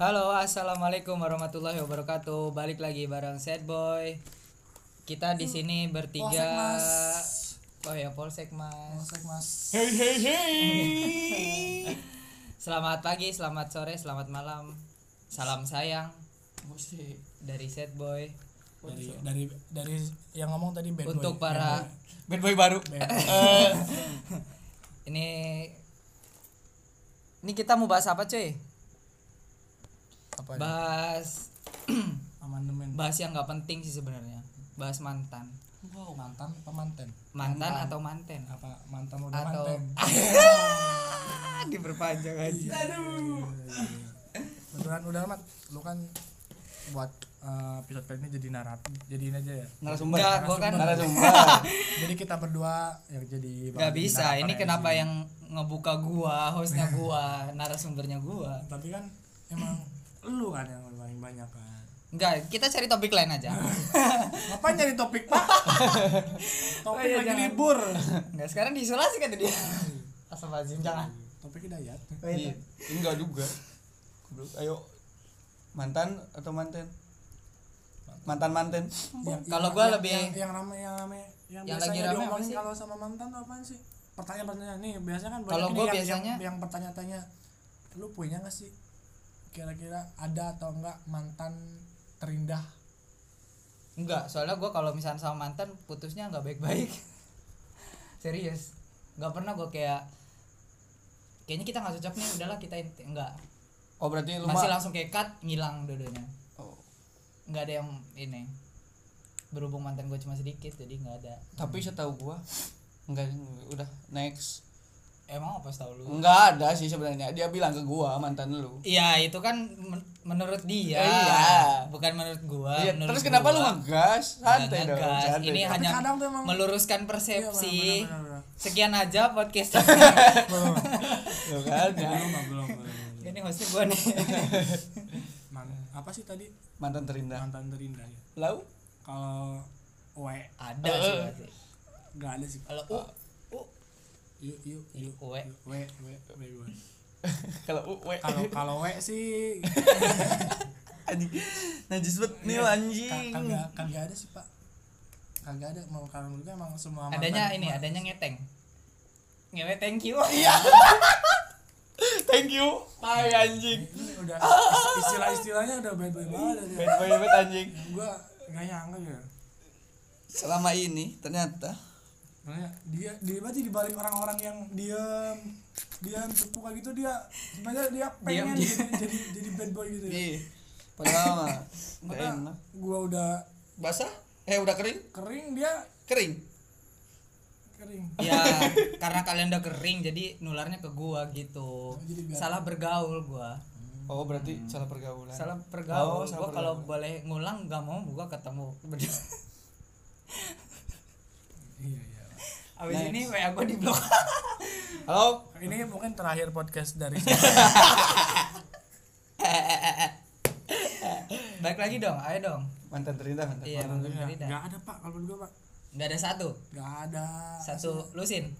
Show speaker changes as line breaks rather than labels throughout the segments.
Halo, assalamualaikum warahmatullahi wabarakatuh. Balik lagi bareng Sad Boy. Kita di sini
Polsek,
bertiga.
Mas.
Oh ya, Polsek Mas.
Polsek mas
Hey hey hey.
Selamat pagi, selamat sore, selamat malam. Salam sayang
Busi.
dari Sad Boy.
Dari dari dari yang ngomong tadi bad
Untuk
boy.
para
Bad boy baru
Bad boy. Eh,
ini ini kita mau bahas apa, cuy?
apa ya?
Bahas
amandemen
bahas yang nggak penting sih sebenarnya. Bahas mantan.
Wow
mantan apa manten
Mantan, atau manten?
apa mantan udah
Atau
manten
Ah, diperpanjang aja.
beneran udah amat lu kan buat eh, episode kali ini jadi naratif jadiin aja ya
Narasumber
Enggak, gua kan-
Narasumber
jadi kita berdua yang jadi
Gak
bakal jadi
bisa,
narator
ini
ya
kenapa
di sini.
yang ngebuka gua, hostnya gua, narasumbernya gua
tapi kan emang lu kan yang paling banyak kan
Enggak, kita cari topik lain aja
ngapain nyari topik pak
Oh
topik
iya,
lagi libur
Enggak, sekarang diisolasi kata dia Astagfirullahaladzim, jangan
topiknya ya, dayat
Iya. Enggak juga Goblok. Ayo Mantan atau manten? Mantan manten
Yang-
Kalau
yang-
gua
yang-
lebih-
yang, yang rame yang rame yang,
Yang lagi
biasanya
rame apa
diomongin
sih?
kalau sama mantan tuh apaan sih pertanyaan-pertanyaan nih biasanya kan banyak
Kalau
nih
gua
yang,
biasanya-
yang, yang pertanyaan-tanya lu punya gak sih kira-kira ada atau enggak mantan terindah
Enggak, soalnya gua kalau misalnya sama mantan putusnya nggak baik-baik Serius, nggak pernah gua kayak Kayaknya kita nggak cocok nih, udahlah kita inti- Enggak,
Oh berarti lu
masih
mah-
langsung kayak cut, ngilang dua-duanya
Oh,
Nggak ada yang ini Berhubung mantan gua cuma sedikit, jadi nggak ada
Tapi setahu gua Enggak udah next
Emang apa setahu lu?
Enggak ada sih sebenarnya Dia bilang ke gua mantan lu
Iya itu kan men- menurut dia,
Eh,
Ya, iya.
bukan menurut gua.
Iya,
menurut
terus kenapa
gua.
lu ngegas?
Nggak
Santai dong.
ngegas.
santai
Ini
dong.
Ya, hanya
kadang tuh emang-
meluruskan
Iya,
persepsi.
benar-benar,
Sekian aja podcast.
Tuh kan, ya.
benar-benar. belum belum belum.
Ini hostnya gua nih.
Man- apa sih tadi
Mantan terindah.
mantan terindah ya
Lau?
kalau we
Ada
Eh,
sih pasti.
nggak ada sih
Kalau Iya, uh, uh,
yuk yuk yuk
we.
we we we gua.
Kalau uh, we.
kalau kalau we sih
Anjing. Najis banget nih
Iya,
lu,
Ka-
anjing.
kagak kagak ada sih pak kagak ada mau kalau menurut gue emang semua mantan- Iya.
adanya ini, ya? adanya ngeteng. Ngewe thank you.
Thank you. Hai anjing.
ini udah istilah istilahnya udah bad boy banget ada.
Bad boy banget anjing.
gue nggak nyangka ya
Selama ini ternyata
makanya dia dia berarti dibalik orang-orang yang diam diam cukup kayak gitu dia sebenarnya dia
Diam.
pengen jadi, jadi jadi bad boy gitu ya
Ih, pertama nggak
Padahal
Iya. enak.
gue udah
Basah? Eh udah kering?
kering dia
Kering.
kering
ya, karena kalian udah kering jadi nularnya ke gua gitu.
Jadi biar-
Salah bergaul gua.
Oh berarti salah pergaulan.
salah pergaul
Oh, salah
gua kalau boleh ngulang nggak mau gua ketemu Berdua.
iya iya
abis ini wa gua di blok
Halo.
ini mungkin terakhir podcast dari
balik lagi dong ayo dong
Mantan terindah mantan.
iya Bang Frida.
nggak ada pak kalau menurut gue pak
nggak ada satu
nggak ada
satu lusin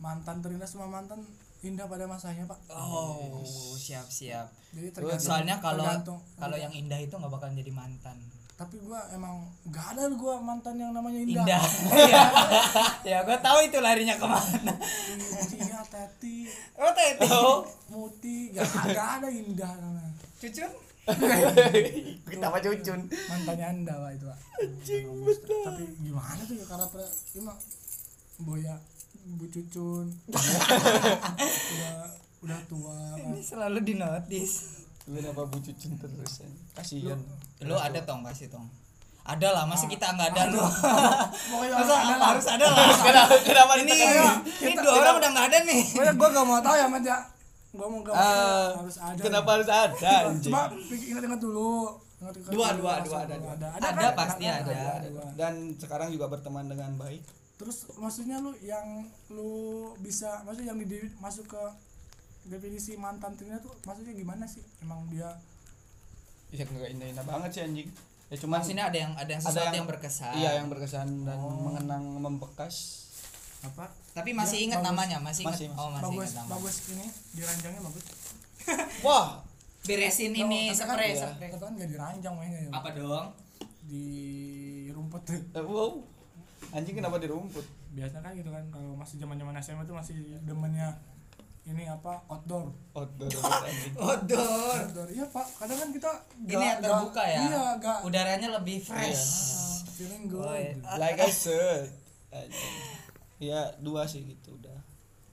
mantan terindah semua mantan indah pada masanya pak
oh siap siap
jadi tergantung
soalnya kalau
tergantung.
kalau yang indah itu nggak bakalan jadi mantan
tapi gua emang gak ada gua mantan yang namanya indah,
indah Iya. ya gua tahu itu larinya kemana
Tia, Teti,
oh tete
Iya, Muti, gak, gak ada indah namanya
cucun
Kita apa cucun?
mantannya anda pak itu pak Mantan Om Busta. tapi gimana tuh ya karena pre, emang boya bu cucun udah udah tua kan.
ini selalu di notice
Lu kenapa bu cucun terus? anjing? Kasihan.
lu ada tong pasti tong ada lah masa kita nggak ada lu
pokoknya
masa
harus ada lah.
harus ada lah
Kenapa kenapa
ini
ditekanin?
ini dua orang udah nggak ada nih
pokoknya gua gak mau tahu ya man ya gua mau gak mau
Ah,
harus ada
Kenapa harus ada anjing?
Coba pikir- ingat-ingat dulu. Ingat-ingat
Dua,
dulu,
dua,
rasa
dua,
dulu.
ada, dua.
Ada,
Ada,
kan?
pasti ada.
dua.
Ya, Dan sekarang juga berteman dengan baik.
Terus maksudnya lu yang lu bisa maksudnya yang di masuk ke definisi mantan terindah tuh maksudnya gimana sih? Emang dia
Ya enggak indah-indah banget sih anjing. Ya cuma
Mas ini ada yang ada yang sesuatu yang, berkesan.
Iya, yang berkesan dan mengenang membekas.
apa?
Tapi masih ingat
bagus.
namanya, masih ingat.
Masih,
Oh, masih
bagus
ingat namanya.
bagus ini diranjangnya bagus.
Wah,
beresin ini
tapi
spray
kan,
spray
tapi kan gak diranjang mainnya ya
apa dong
di rumput tuh
Eh, wow anjing kenapa di rumput
biasa kan gitu kan kalau masih zaman zaman SMA tuh masih demennya ini apa outdoor
outdoor banget, anjing
Oh, outdoor
outdoor iya pak kadang kan kita
ini yang terbuka ya
iya gak
udaranya lebih fresh
Ah, feeling good
Oh, iya.
like I said anjing. ya dua sih gitu udah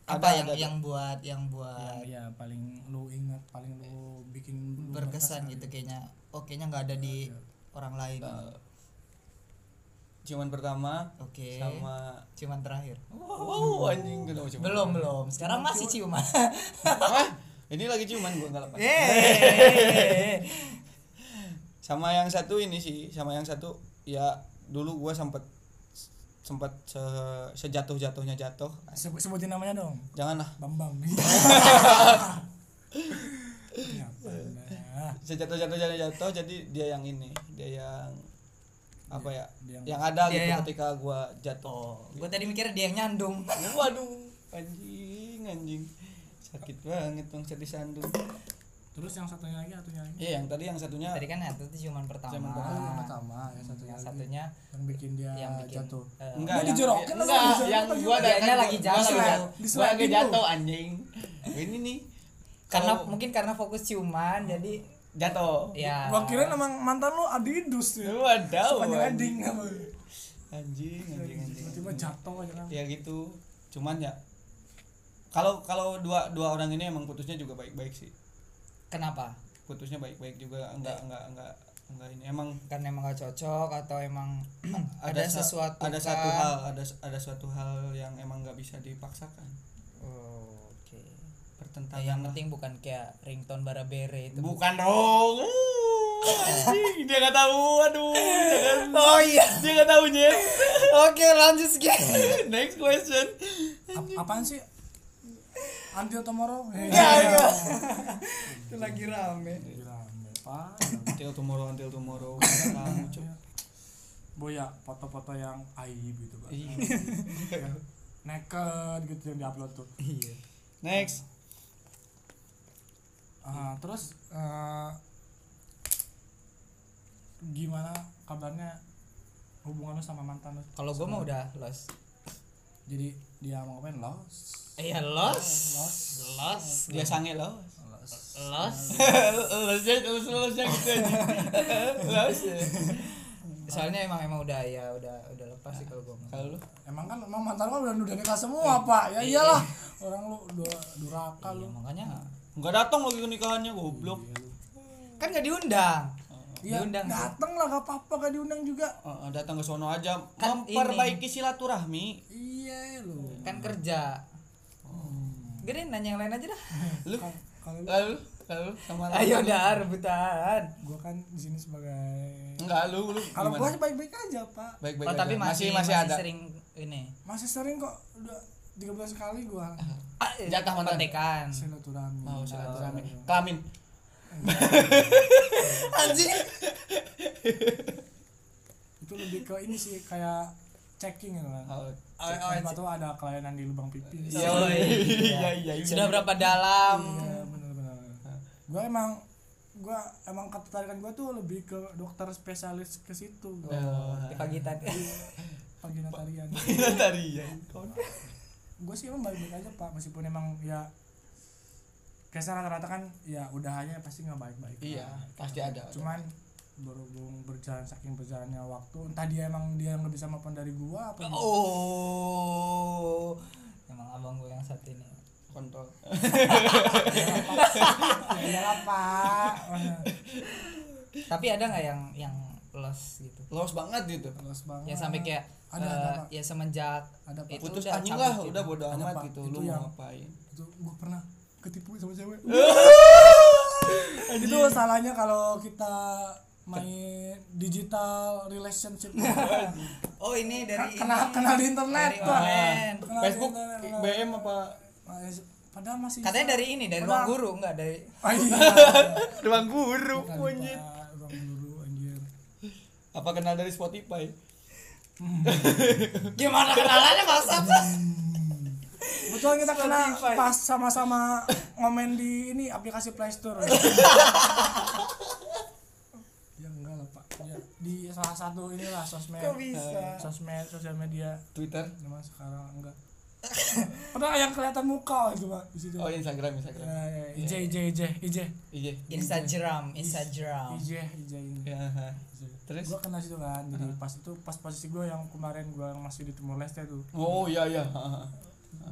apa
Ada-
yang
ada-
yang buat yang
yang
buat
ya paling lu ingat paling lu bikin lu
berkesan
kali.
gitu kayaknya oh kayaknya nggak ada di orang lain
Eh, ciuman pertama
oke
sama
ciuman terakhir
wow anjing kenapa Oh, ciuman Oh,
belum belum sekarang masih ciuman
Hah? ini lagi ciuman gua nggak lepas
Eh. Yeay.
sama yang satu ini sih sama yang satu ya dulu gua sempet sempat se, sejatuh jatuhnya jatuh
Sebut, sebutin namanya dong
janganlah
Bambang Kenapa Anda?
sejatuh jatuh jatuh jatuh jadi dia yang ini dia yang apa ya
Dia yang-
yang ada
Dia
gitu
yang-
ketika gua
oh
jatuh
gue tadi mikirnya dia yang nyandung
waduh anjing anjing sakit banget dong jadi sandung
terus yang satunya lagi satunya lagi
iya yang tadi yang satunya
tadi kan yang satu ciuman pertama
Ciuman Iya,
Oh, yang pertama yang satunya
yang
lagi.
satunya
yang bikin dia
yang bikin
jatuh
eh,
enggak
Dia dijorokin
enggak,
apa dijorokin
yang
apa
gua
gimana?
ada
Dianya lagi jatuh.
gua lagi
Diselapin lu.
jatuh anjing ini nih
karena
kalau Oh,
mungkin karena fokus ciuman jadi
jatuh
ya
gua kira emang mantan Ah. lu ya. adidus tuh
waduh
Suka
anjing
nyelading apa.
anjing anjing anjing
tiba-tiba jatuh aja kan
ya gitu cuman ya kalau kalau dua dua orang ini emang putusnya juga baik-baik sih
kenapa
putusnya baik-baik juga enggak
Iya.
enggak enggak enggak ini emang
karena emang gak cocok atau emang ada,
sa-
sesuatu
ada
kan?
satu hal ada ada suatu hal yang emang nggak bisa dipaksakan
Oh, oke Nah,
pertentangan
yang
lah.
penting bukan kayak ringtone barabere itu
bukan dong Uh, anjing, dia nggak tahu aduh jangan
oh iya
dia nggak tahu Jen.
oke lanjut sekian
next question
Ap- apaan sih Anti Tomorrow Eh,
itu lagi rame
gila Pak
until tomorrow until tomorrow Nggak tahu, Cuk.
Boya foto-foto yang aib gitu pak
Ih.
Yang naked gitu yang diupload tuh
iya
next
Ah, terus eh, gimana kabarnya hubungan lu sama mantan lu
kalau gua mah udah los
jadi dia mau ngapain los
Eh,
iya los
los
los
dia sange loh
los
los
lesnya lesnya gitu aja ya. lesnya
soalnya emang emang udah ya udah udah lepas sih kalau gua mah
kalau lu
emang kan emang mantan lu udah udah nikah semua pak ya iyalah orang lu dua- duraka
Iya,
lu
makanya
nggak datang lagi ke nikahannya goblok
kan nggak diundang
Hmm.
Iya,
diundang tuh.
dateng lah gak apa-apa gak diundang juga
Eh, datang ke sono aja
Kan
memperbaiki silaturahmi
iya lu
kan kerja
Oh.
gede nanya yang lain aja dah
lu Eh.
kalau lu-
kalau kalau sama lu.
ayo dah rebutan
gua kan di sini sebagai
enggak lu lu
kalau
gimana?
gua sih baik-baik aja pak
baik baik
oh, tapi masih masih,
ada
sering ini
masih sering kok udah 13 kali gua
ah,
Jatah mantan.
kontekan
silaturahmi Nah,
mau Oh, silaturahmi
Oh.
kelamin
anjing
itu lebih ke ini sih kayak checking gitu kan
Oh,
Checking oh, ada kelainan di lubang pipi
iya iya iya iya.
sudah berapa dalam
Iya, benar-benar. Gua emang gua emang ketertarikan gua tuh lebih ke dokter spesialis ke situ. Iya.
Oh,
di pagi tadi
Pagi natarian.
Gila dari ya
Gua sih emang baik-baik aja, Pak, meskipun emang ya Kayaknya rata-rata kan ya udahannya pasti nggak baik-baik.
iya pasti ada
Cuman berhubung berjalan saking berjalannya waktu entah dia emang dia nggak bisa maafkan dari gua apa gimana.
oh emang abang gue yang satu ini
kontol
ya iyalah, pak
tapi ada nggak yang yang los gitu
los banget gitu
terus banget
yang Ya, sampai kayak
Ada,
eh,
ada, Pak.
ya semenjak
ada pak
Itu
putus
udah
anjing
cabut
lah
gitu.
udah bodo
Ada, Pak.
amat gitu
Itu
lu
yang-
mau ngapain
itu gua pernah ketipu sama cewek itu salahnya kalau kita main digital relationship
oh ini
Kan
dari
Kena- kena
ini.
kena di internet
Dari
pak
online.
Kena di
Facebook
internet, Pak.
BM apa
Mas- padahal masih
katanya dari ini dari ruang
Udah.
guru enggak dari
oh, iya.
ruang guru
Bukan,
monyet
Pak. ruang guru anjir
apa kenal dari Spotify
gimana kenalannya maksud
Gua Soalnya kita kena
Spotify.
pas sama-sama ngomen di ini aplikasi Play Store. ya enggak lah pak. Ya, di salah satu inilah sosmed. Eh,
Kok bisa?
Sosmed, sosial media.
Twitter
Cuma sekarang enggak. Pernah yang kelihatan muka itu pak di situ.
oh iya. Instagram Instagram
Ya, ya, IJ, IJ, IJ, IJ,
iya
Instagram Instagram
IJ, IJ ini.
ya ha.
Iya.
terus
Gue kena situ kan, jadi pas itu pas posisi gue yang kemarin gue yang masih di Timor Leste tuh
oh iya iya ha, ha.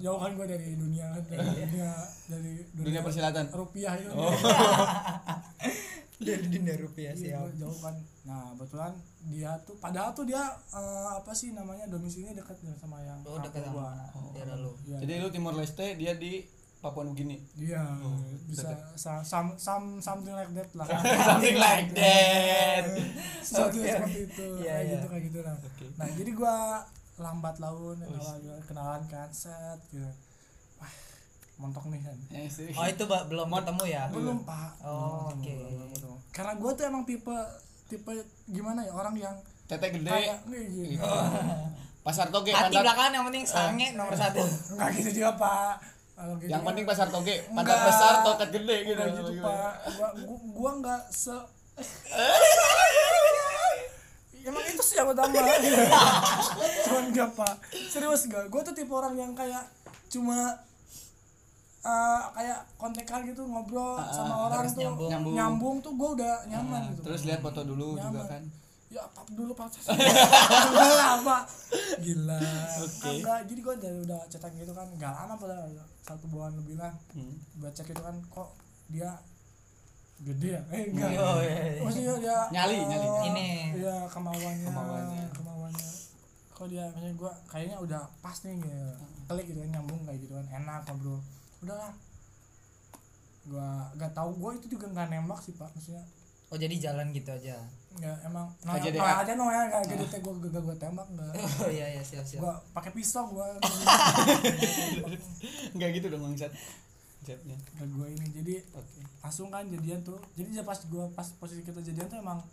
jauh kan gue dari dunia dari dunia dari
dunia persilatan
rupiah itu
Oh.
dari dunia rupiah
Iya, gua jauh kan nah kebetulan dia tuh padahal tuh dia eh, apa sih namanya domisilinya dekat dengan sama yang
Oh, dekat
kakak
sama daerah lu.
Iya.
jadi lu Timor Leste dia di Papua Nugini
iya
Oh,
bisa
dekat.
sa- some, some- something like that lah
something like that
sesuatu
Oke.
seperti itu
Iya,
kayak
iya.
gitu kayak gitu lah
Oke. Oh, iya.
nah jadi gua lambat laun kenalan, kenalan kan set gitu wah montok nih kan
Eh, sih.
Oh itu ba- belum ketemu ya?
belum pak
Oh,
Belum,
oke.
belum, belum, belum. karena gue tuh emang tipe tipe gimana ya orang yang
tete gede
kayak nih gini
gitu. pasar toge
Hati
pantat
belakangan yang penting sange nomor satu.
nggak gitu juga pak Kalau gitu
yang
juga-
penting pasar toge pantat
Enggak.
besar toket gede gitu
nggak gitu pak gua gua, gua nggak se emang itu sih yang utama cuman nggak pak serius nggak gue tuh tipe orang yang kayak cuma eh, kayak kontekan gitu ngobrol sama orang
harus
tuh
nyambung.
Ah, Nyambung.
tuh gue udah nyaman
Nah,
gitu
terus lihat foto dulu
Nyaman.
juga kan
ya pap dulu pap Enggak lah, Pak. gila
Oke.
enggak jadi gue dari udah cetak gitu kan nggak lama padahal satu bulan lebih lah
Hmm.
baca gitu kan kok dia gede ya eh enggak
Oh, iya, iya.
maksudnya dia
Nyali,
eh,
nyali, nyali.
Ini.
iya kemauannya
Kemauannya.
kemauannya, kok dia kayaknya gua kayaknya udah pas nih gitu. klik gitu kan nyambung kayak gitu kan enak ngobrol udahlah gua gak tahu gua itu juga nggak nembak sih pak maksudnya
Oh jadi jalan gitu aja.
Ya emang no, aja
Aja deh.
no, aja no ya gak jadi gue gak gue tembak gak
Oh iya iya siap siap.
gue pakai pisau gue
nggak gitu dong bangsat Jawabnya.
gak gue ini jadi
oke
langsung kan jadian tuh jadi pas gue pas posisi kita jadian tuh emang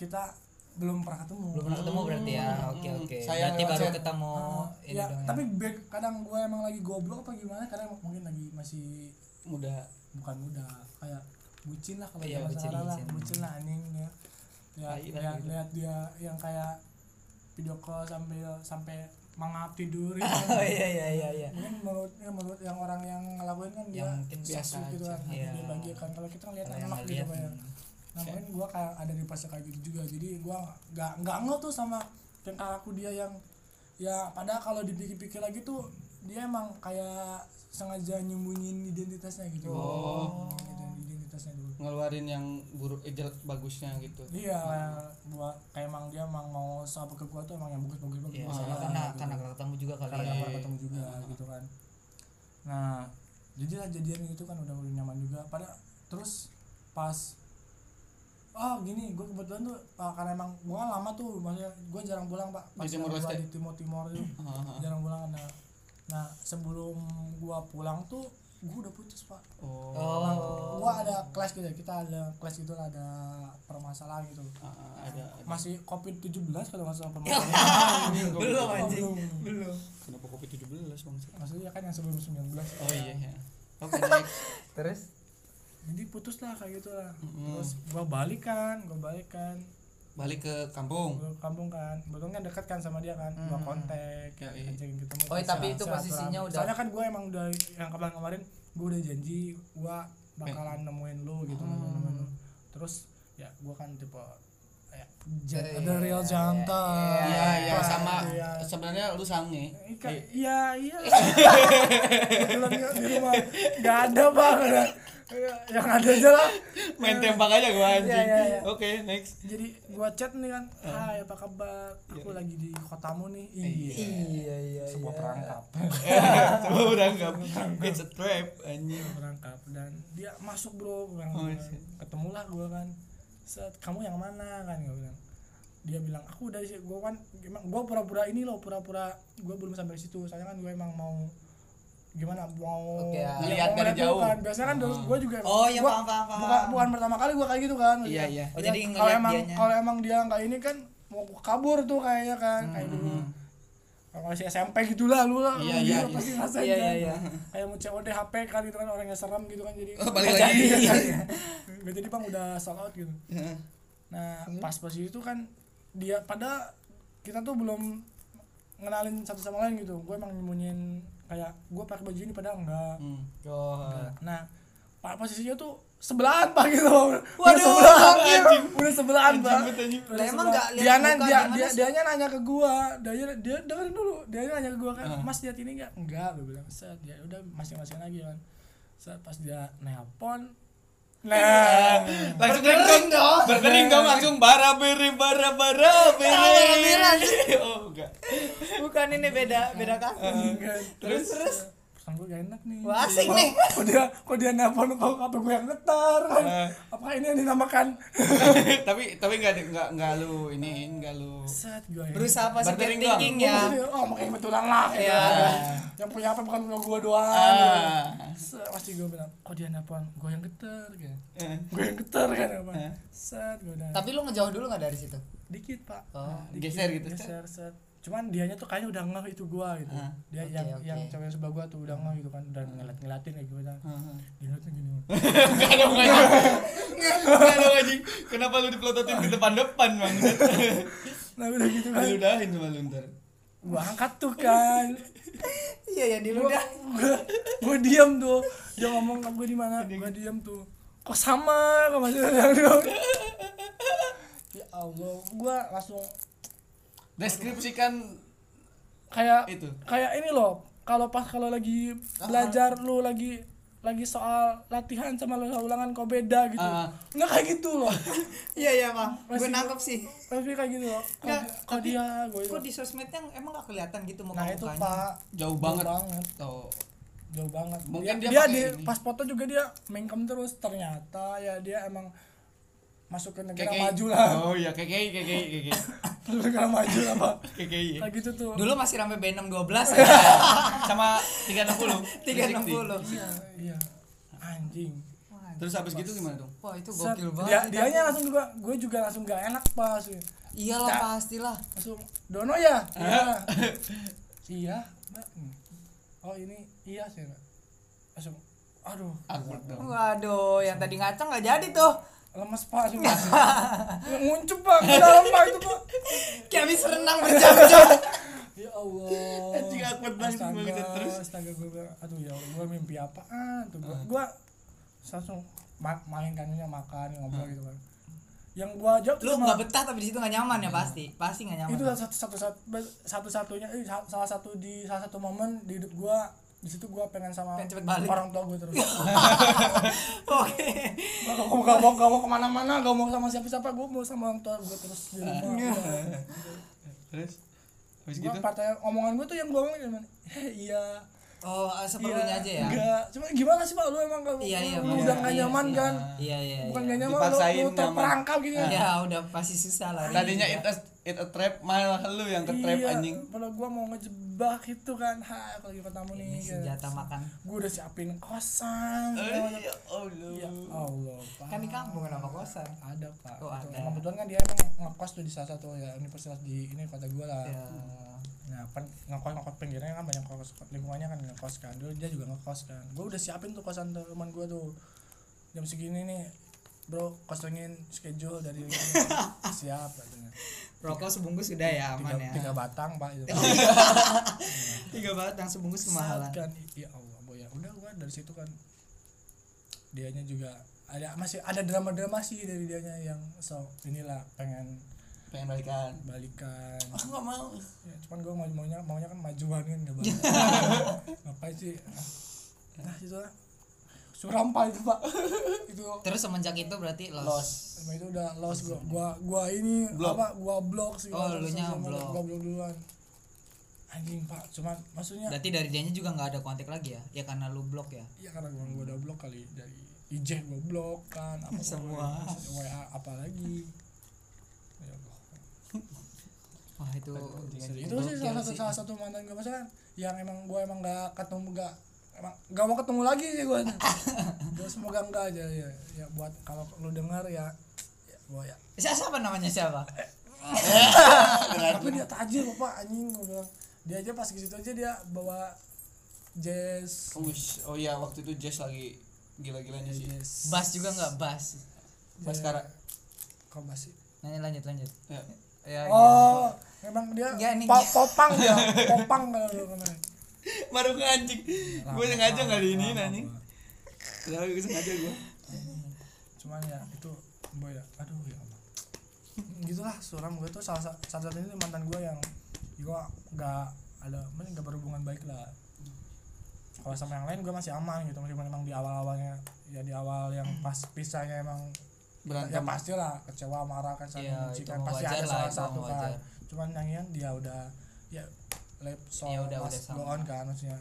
kita belum pernah ketemu
Belum pernah ketemu berarti ya.
Hmm.
Oke oke.
Sayang
Berarti
lewat
baru
chat.
ketemu
Ah,
ini
ya,
dong ya.
tapi back- kadang gue emang lagi goblok apa gimana kadang emang mungkin lagi masih
mudah
bukan muda kayak bucin lah kalau
Iya,
zaman
bucin,
sekarang lah
bucin.
bucin lah anjing ya lihat
Tai lah
lihat,
gitu.
lihat dia yang kayak video call sambil sampai mangap tidur gitu.
Oh iya iya iya iya.
mungkin menurut ya, menurut yang orang yang ngelakuin kan dia
Yang mungkin biasa
sweet gitu
aja.
kan
Iya.
dia bahagia kan kalau kita ngeliat
Kalau yang
enak gitu
ngeliat,
kayak
hmm.
nah mungkin gue kayak ada di fase kayak gitu juga jadi gue nggak nggak ngeh tuh sama tingkah laku dia yang ya padahal kalau dipikir-pikir lagi tuh dia emang kayak sengaja nyembunyiin identitasnya gitu
Oh.
Gitu, identitasnya dulu
ngeluarin yang buruk eh, jelek bagusnya gitu
iya kayak
Hmm.
buat kayak emang dia emang mau sama ke gua tuh emang yang bagus-bagus
Iya,
bagus
soalnya karena karena nggak ketemu juga kali.
Ah, karena
ya.
nggak pernah ketemu juga gitu kan nah jadilah jadian itu kan udah udah nyaman juga pada terus pas oh gini gue kebetulan tuh ah, karena emang gue lama tuh maksudnya gue jarang pulang pak pas
Timor
gua
Leste?
di timur timur tuh
Hahaha.
jarang pulang nah nah sebelum gue pulang tuh gue udah putus pak
oh
Oh.
gue ada kelas gitu ya, kita ada kelas gitu lah ada permasalahan gitu
ah, ah, ada ada.
masih covid 17 kalau nggak salah permasalahan
Belum
Oh,
anjing.
belum.
Belum.
kenapa kopi 17 bangsat
maksudnya kan yang sebelum 19
oh iya ya oke next
Terus
jadi putus lah kayak gitu lah
Mm-mm.
terus gua balik kan gua balik kan
balik ke kampung
gua ke kampung kan kebetulan kan dekat kan sama dia kan gua kontak
Ya, iya.
ajakin ketemu
Oh,
terus
tapi
ya,
itu
silaturahmi.
posisinya udah-
soalnya kan gua emang udah yang kemarin kemarin gua udah janji gua bakalan
Eh.
nemuin lu gitu
Mm.
nemuin lu. terus ya gua kan tipe kayak jan-
Iya,
the real
iya,
jantan
iya iya
Apa
sama
gitu ya.
sebenarnya lu sange
Ika, iya iya. Kebetulan di di rumah nggak ada bang. Yang ada aja lah.
main tembak aja gua anjing
Iya, iya, iya.
oke next
Jadi gua chat nih kan, Hai apa kabar? Aku lagi di kotamu nih. Iya.
iya iya.
Sebuah
iya.
perangkap.
semua udah nggak it's a trap anjing
perangkap dan dia masuk bro, gua bilang,
Oh,
"Gua-
shit.
ketemulah gua kan. Set, kamu yang mana kan gua bilang. Dia bilang aku dari si- gua kan emang gua pura-pura ini loh, pura-pura gua belum sampai situ. Soalnya kan gua emang mau gimana mau
Oke,
ya,
lihat
mau
dari
ngeliat dulu
jauh.
kan. biasanya kan dulu gua juga
Oh, iya,
gua-
paham, paham, paham.
bukan bukan pertama kali gua kayak gitu kan
Iya, iya.
Oh,
Ya,
jadi
kalau
ngeliat
emang
dianya.
kalau emang dia nggak ini kan mau kabur tuh kayaknya kan kayak dulu kalau masih SMP gitulah lu lah
Iya,
lu
iya,
juga pasti ngerasain
Iya,
kan.
iya, iya.
kayak mau COD HP kan gitu kan orangnya serem gitu kan jadi Iya.
Oh, balik lagi.
Nggak jadi bang udah sold out gitu nah
Hmm?
pas pas itu kan dia pada kita tuh belum ngenalin satu sama lain gitu gue emang nyembunyiin kayak gue pakai baju ini padahal enggak
Hmm.
Oh.
nah pak posisinya tuh sebelahan pak gitu Udah
Waduh,
sebelahan
anjing.
Bang. udah sebelahan pak
Anjing, anjing.
Lah,
Udah
emang
sebelahan.
nggak lihat
dia na-
muka
dia
gimana
dia
sih?
dia nanya ke gua dia dia dengerin dulu dia nanya ke gua kan
Ah.
mas lihat ini nggak enggak gue bilang set ya udah masing-masing lagi kan set pas dia nelpon nah
langsung kering dong berkering dong langsung bara beri bara bara beri oh enggak
Bukan ini beda beda kasus.
enggak.
Terus terus
kan, perasaan gue gak enak nih
Wah, asik
Kok-
nih.
kok dia kok dia nelpon kok apa gue yang getar
Ah.
apakah ini yang dinamakan
tapi tapi enggak enggak enggak lu ini enggak lu
set gue
berusaha positive
Bertering doang.
thinking
Iya.
ya.
Oh, makanya kebetulan lah. gitu.
Iya.
Yang punya apa bukan punya gua doang.
Ah.
Gitu. Set, Pasti gua bilang, "Oh, dia nelpon, gua yang getar." Gitu.
Eh.
Gua yang getar kan apa?
Eh.
Set, gua udah.
Tapi lu ngejauh dulu nggak dari situ?
dikit, Pak. Nah,
Oh,
dikit,
geser gitu.
Geser, set. Cuman dianya tuh kayaknya udah ngeh itu gua gitu.
Ah.
Dia
Oke,
yang
oke.
yang cewek sebelah gua tuh udah ngeh gitu kan, udah ngelat-ngelatin kayak gitu.
Heeh.
Dilihatnya gini.
Enggak dong anjing. Enggak dong anjing. Kenapa lu dipelototin ke depan-depan, Bang?
Nah, udah gitu kan.
Diludahin sama lu ntar.
Gua angkat tuh kan.
Iya ya di
Gua- gua gue diam tuh dia ngomong kamu gue di mana gue diam tuh kok sama kok masih ada yang bilang. ya allah gue langsung
Deskripsikan
kayak
itu.
kayak ini loh kalau pas kalau lagi belajar lu lagi lagi soal latihan sama lu ulangan kok beda gitu
Ah.
nggak kayak gitu loh
Iya iya bang. Gue
Masih-
nangkep sih.
tapi kayak gitu loh Kok-
Nggak,
kok
tapi
dia gue
Kok di sosmednya emang gak kelihatan gitu muka
nah itu pak
gitu? Jauh banget.
jauh banget
Tuh.
jauh banget
Mungkin
dia,
dia pakai
di
ini.
pas foto juga dia mengkem terus ternyata ya dia emang masuk ke negara
KKI.
maju lah
Oh iya, KKI, KKI, KKI.
Masuk ke negara maju lah pak
KKI.
kayak gitu tuh
Dulu masih rame B612 ya.
Sama 360.
360.
iya iya anjing
360. Terus habis gitu gimana dong?
Wah itu
Set,
gokil banget.
dia
sih,
ya, dianya
tapi.
langsung juga gue juga langsung gak enak pas
Iyalah
Nah.
pastilah.
langsung dono ya iya iya mbak oh ini iya sih Mbak." langsung aduh
Awkward dong.
Waduh, yang tadi ngaceng nggak jadi tuh.
lemes pak langsung nguncup pak ke dalam pak itu pak
Kayak habis renang berjam-jam.
Ya Allah.
Anjing, awkward banget
Astaga,
gua ngeliat terus.
Astaga gue bilang, aduh ya Allah, gue mimpi apaan tuh gue. Gue langsung ma main kan ini makan ngobrol gitu kan. Yang gue jawab tuh
Hmm. Lu
cuma-
nggak betah tapi di situ nggak nyaman ya pasti. Pasti nggak nyaman.
itu satu satu satu satu satunya eh, sa- salah satu di salah satu momen di hidup gue di situ gue pengen sama
Pengen cepet balik.
orang tua gue terus
Oke.
gak, mau gak mau gak mau kemana-mana gak mau sama siapa-siapa gue mau sama orang tua gue terus di
Iya.
rumah
Terus habis
gue
gitu?
partai omongan gue tuh yang gue ngomong cuman "Heh, iya
Oh, seperlunya aja ya.
Enggak, cuma gimana sih Pak lu emang
Iya,
kalau lu-
iya,
Iya. lu
Pak.
udah
Iya,
gak
iya,
nyaman
iya.
kan?
Iya iya.
Bukan
iya.
gak nyaman lu,
Dipaksain
lu
nyaman.
terperangkap gitu kan.
Ya udah pasti susah lah. Iya.
Tadinya it a, it a trap malah lu yang ke trap
Iya,
anjing.
Padahal gua mau ngejebak itu kan. Ha, aku lagi ketemu nih.
ini senjata makan.
Gue udah siapin kosan.
Eh, ya Allah.
Ya Allah, Pak.
Kan di kampung kenapa kosan?
ada pak
Oh,
Itu.
ada.
kebetulan kan dia emang ngekos tuh di salah satu ya universitas di ini kota gua lah
Ya.
nah pen, ngekos ngekos pinggirnya kan banyak kos lingkungannya kan ngekos kan dulu dia juga ngekos kan gua udah siapin tuh kosan tuh, teman gua tuh jam segini nih bro kosongin schedule dari siap katanya
Rokok sebungkus sudah ya
tiga,
aman ya. iya,
tiga batang pak gitu. itu
Tiga batang sebungkus kemahalan.
Saat kan ya Allah boy ya udah gua dari situ kan dianya juga ada masih ada drama-drama sih dari dianya yang so inilah pengen
Pengen balikan.
balikan
Aku enggak mau.
ya, cuman gue mau maunya maunya kan majuan kan gak balik ngapain sih nah itu lah suram pak itu pak itu
Terus semenjak itu berarti los.
Los.
sama itu udah lost gue gua gua ini
Blok.
apa gua blok sih
Oh,
gua terus
lunya
sama-
blok.
gua blok duluan anjing pak cuman maksudnya
Berarti dari dianya juga nggak ada kontak lagi ya? Ya karena lu blok ya.
ya karena gua gua udah blok kali dari IJ gua blok kan apa
Semua.
WA apalagi ya Allah
Wah itu. Iya
itu sih salah satu salah satu mantan gue maksudnya yang emang gue emang gak ketemu gak emang gak mau ketemu lagi sih gue gue semoga enggak aja ya ya buat kalau lu dengar ya ya gue ya
Siapa, siapa namanya siapa?
tapi dia tajir bapak anjing gue bilang dia aja pas ke situ aja dia bawa jazz
oh, sh- oh iya waktu itu Jazz lagi gila-gilanya sih
jazz
Bass juga nggak bass.
Jazz.
Mas Kara
kok bass sih
Nah, lanjut lanjut.
ya.
Ya,
oh emang dia
Nggak, ini
po-
nggak.
popang dia popang kalau lu kemarin
baru ke anjing gue sengaja nggak di ini anjing Padahal gue sengaja gue
cuman ya itu boy ya aduh ya Allah gitulah suram gue tuh salah sa- satu satunya itu mantan gue yang gue gak ada mana gak berhubungan baik lah kalau sama yang lain gue masih aman gitu meskipun emang di awal awalnya ya di awal yang pas pisahnya emang ya
berantem
pastilah kecewa marah kan saling
Iya,
benci
itu
kan
mah
pasti
wajar lah,
ada salah
itu
satu
mah
kan
wajar.
cuman yang ini kan dia udah ya lab so
Ya udah,
mas
udah
go
sama.
on kan maksudnya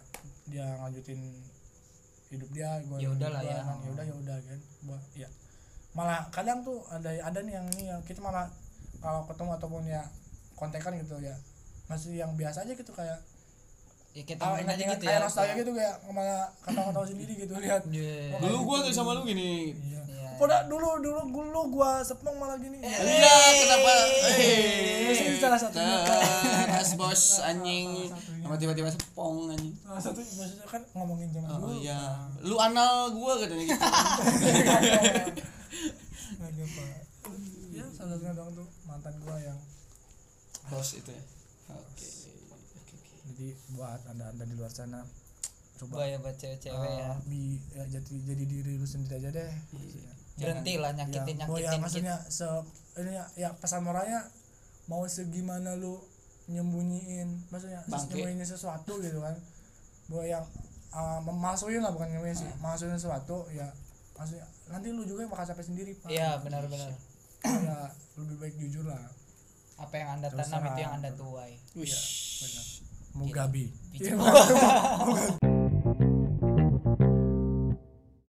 dia lanjutin hidup dia gue
Ya udah lah ya.
ya udah ya udah kan gua ya malah kadang tuh ada ada nih yang ini yang kita malah kalau ketemu ataupun ya kontekan gitu ya masih yang biasa aja gitu kayak
ya kita
ah,
main aja
ingat-ingat
gitu
kayak
ya.
nostalgia gitu kayak malah ketawa-ketawa sendiri gitu lihat
Iya.
dulu gue tuh sama lu gini
iya
Iya.
Kodak dulu dulu dulu gua sepong malah gini.
iya kenapa
Ini salah satunya.
tas bos anjing
Salah satunya.
sama tiba-tiba sepong anjing
Nah, satu maksudnya kan ngomongin zaman
oh
dulu.
iya lu anal gue katanya gitu
Agak apa. Ya, salah satunya dong tuh mantan gua yang
bos itu ya oke oke oke
jadi buat anda-anda di luar sana coba
Bahaya buat cewek-cewek
eh,
ya.
bi- ya, jadi jadi diri lu sendiri aja deh.
Berhenti lah nyakitin
ya, oh
nyakitin.
ya
gitu.
maksudnya se ini ya, ya pesan moralnya mau segimana lu nyembunyiin maksudnya ses-
Bangke.
nyembunyiin sesuatu gitu kan bahwa yang uh, memasukin lah bukan nyembunyiin
Ah.
sih masukin sesuatu ya maksudnya nanti lu juga yang bakal capek sendiri pak
Iya benar-benar.
ya lebih baik jujur lah
Apa yang anda
Terus
tanam itu
terang.
yang anda tuai.
Wish.
Mugabe
Bijak.
Iya, Mugabe.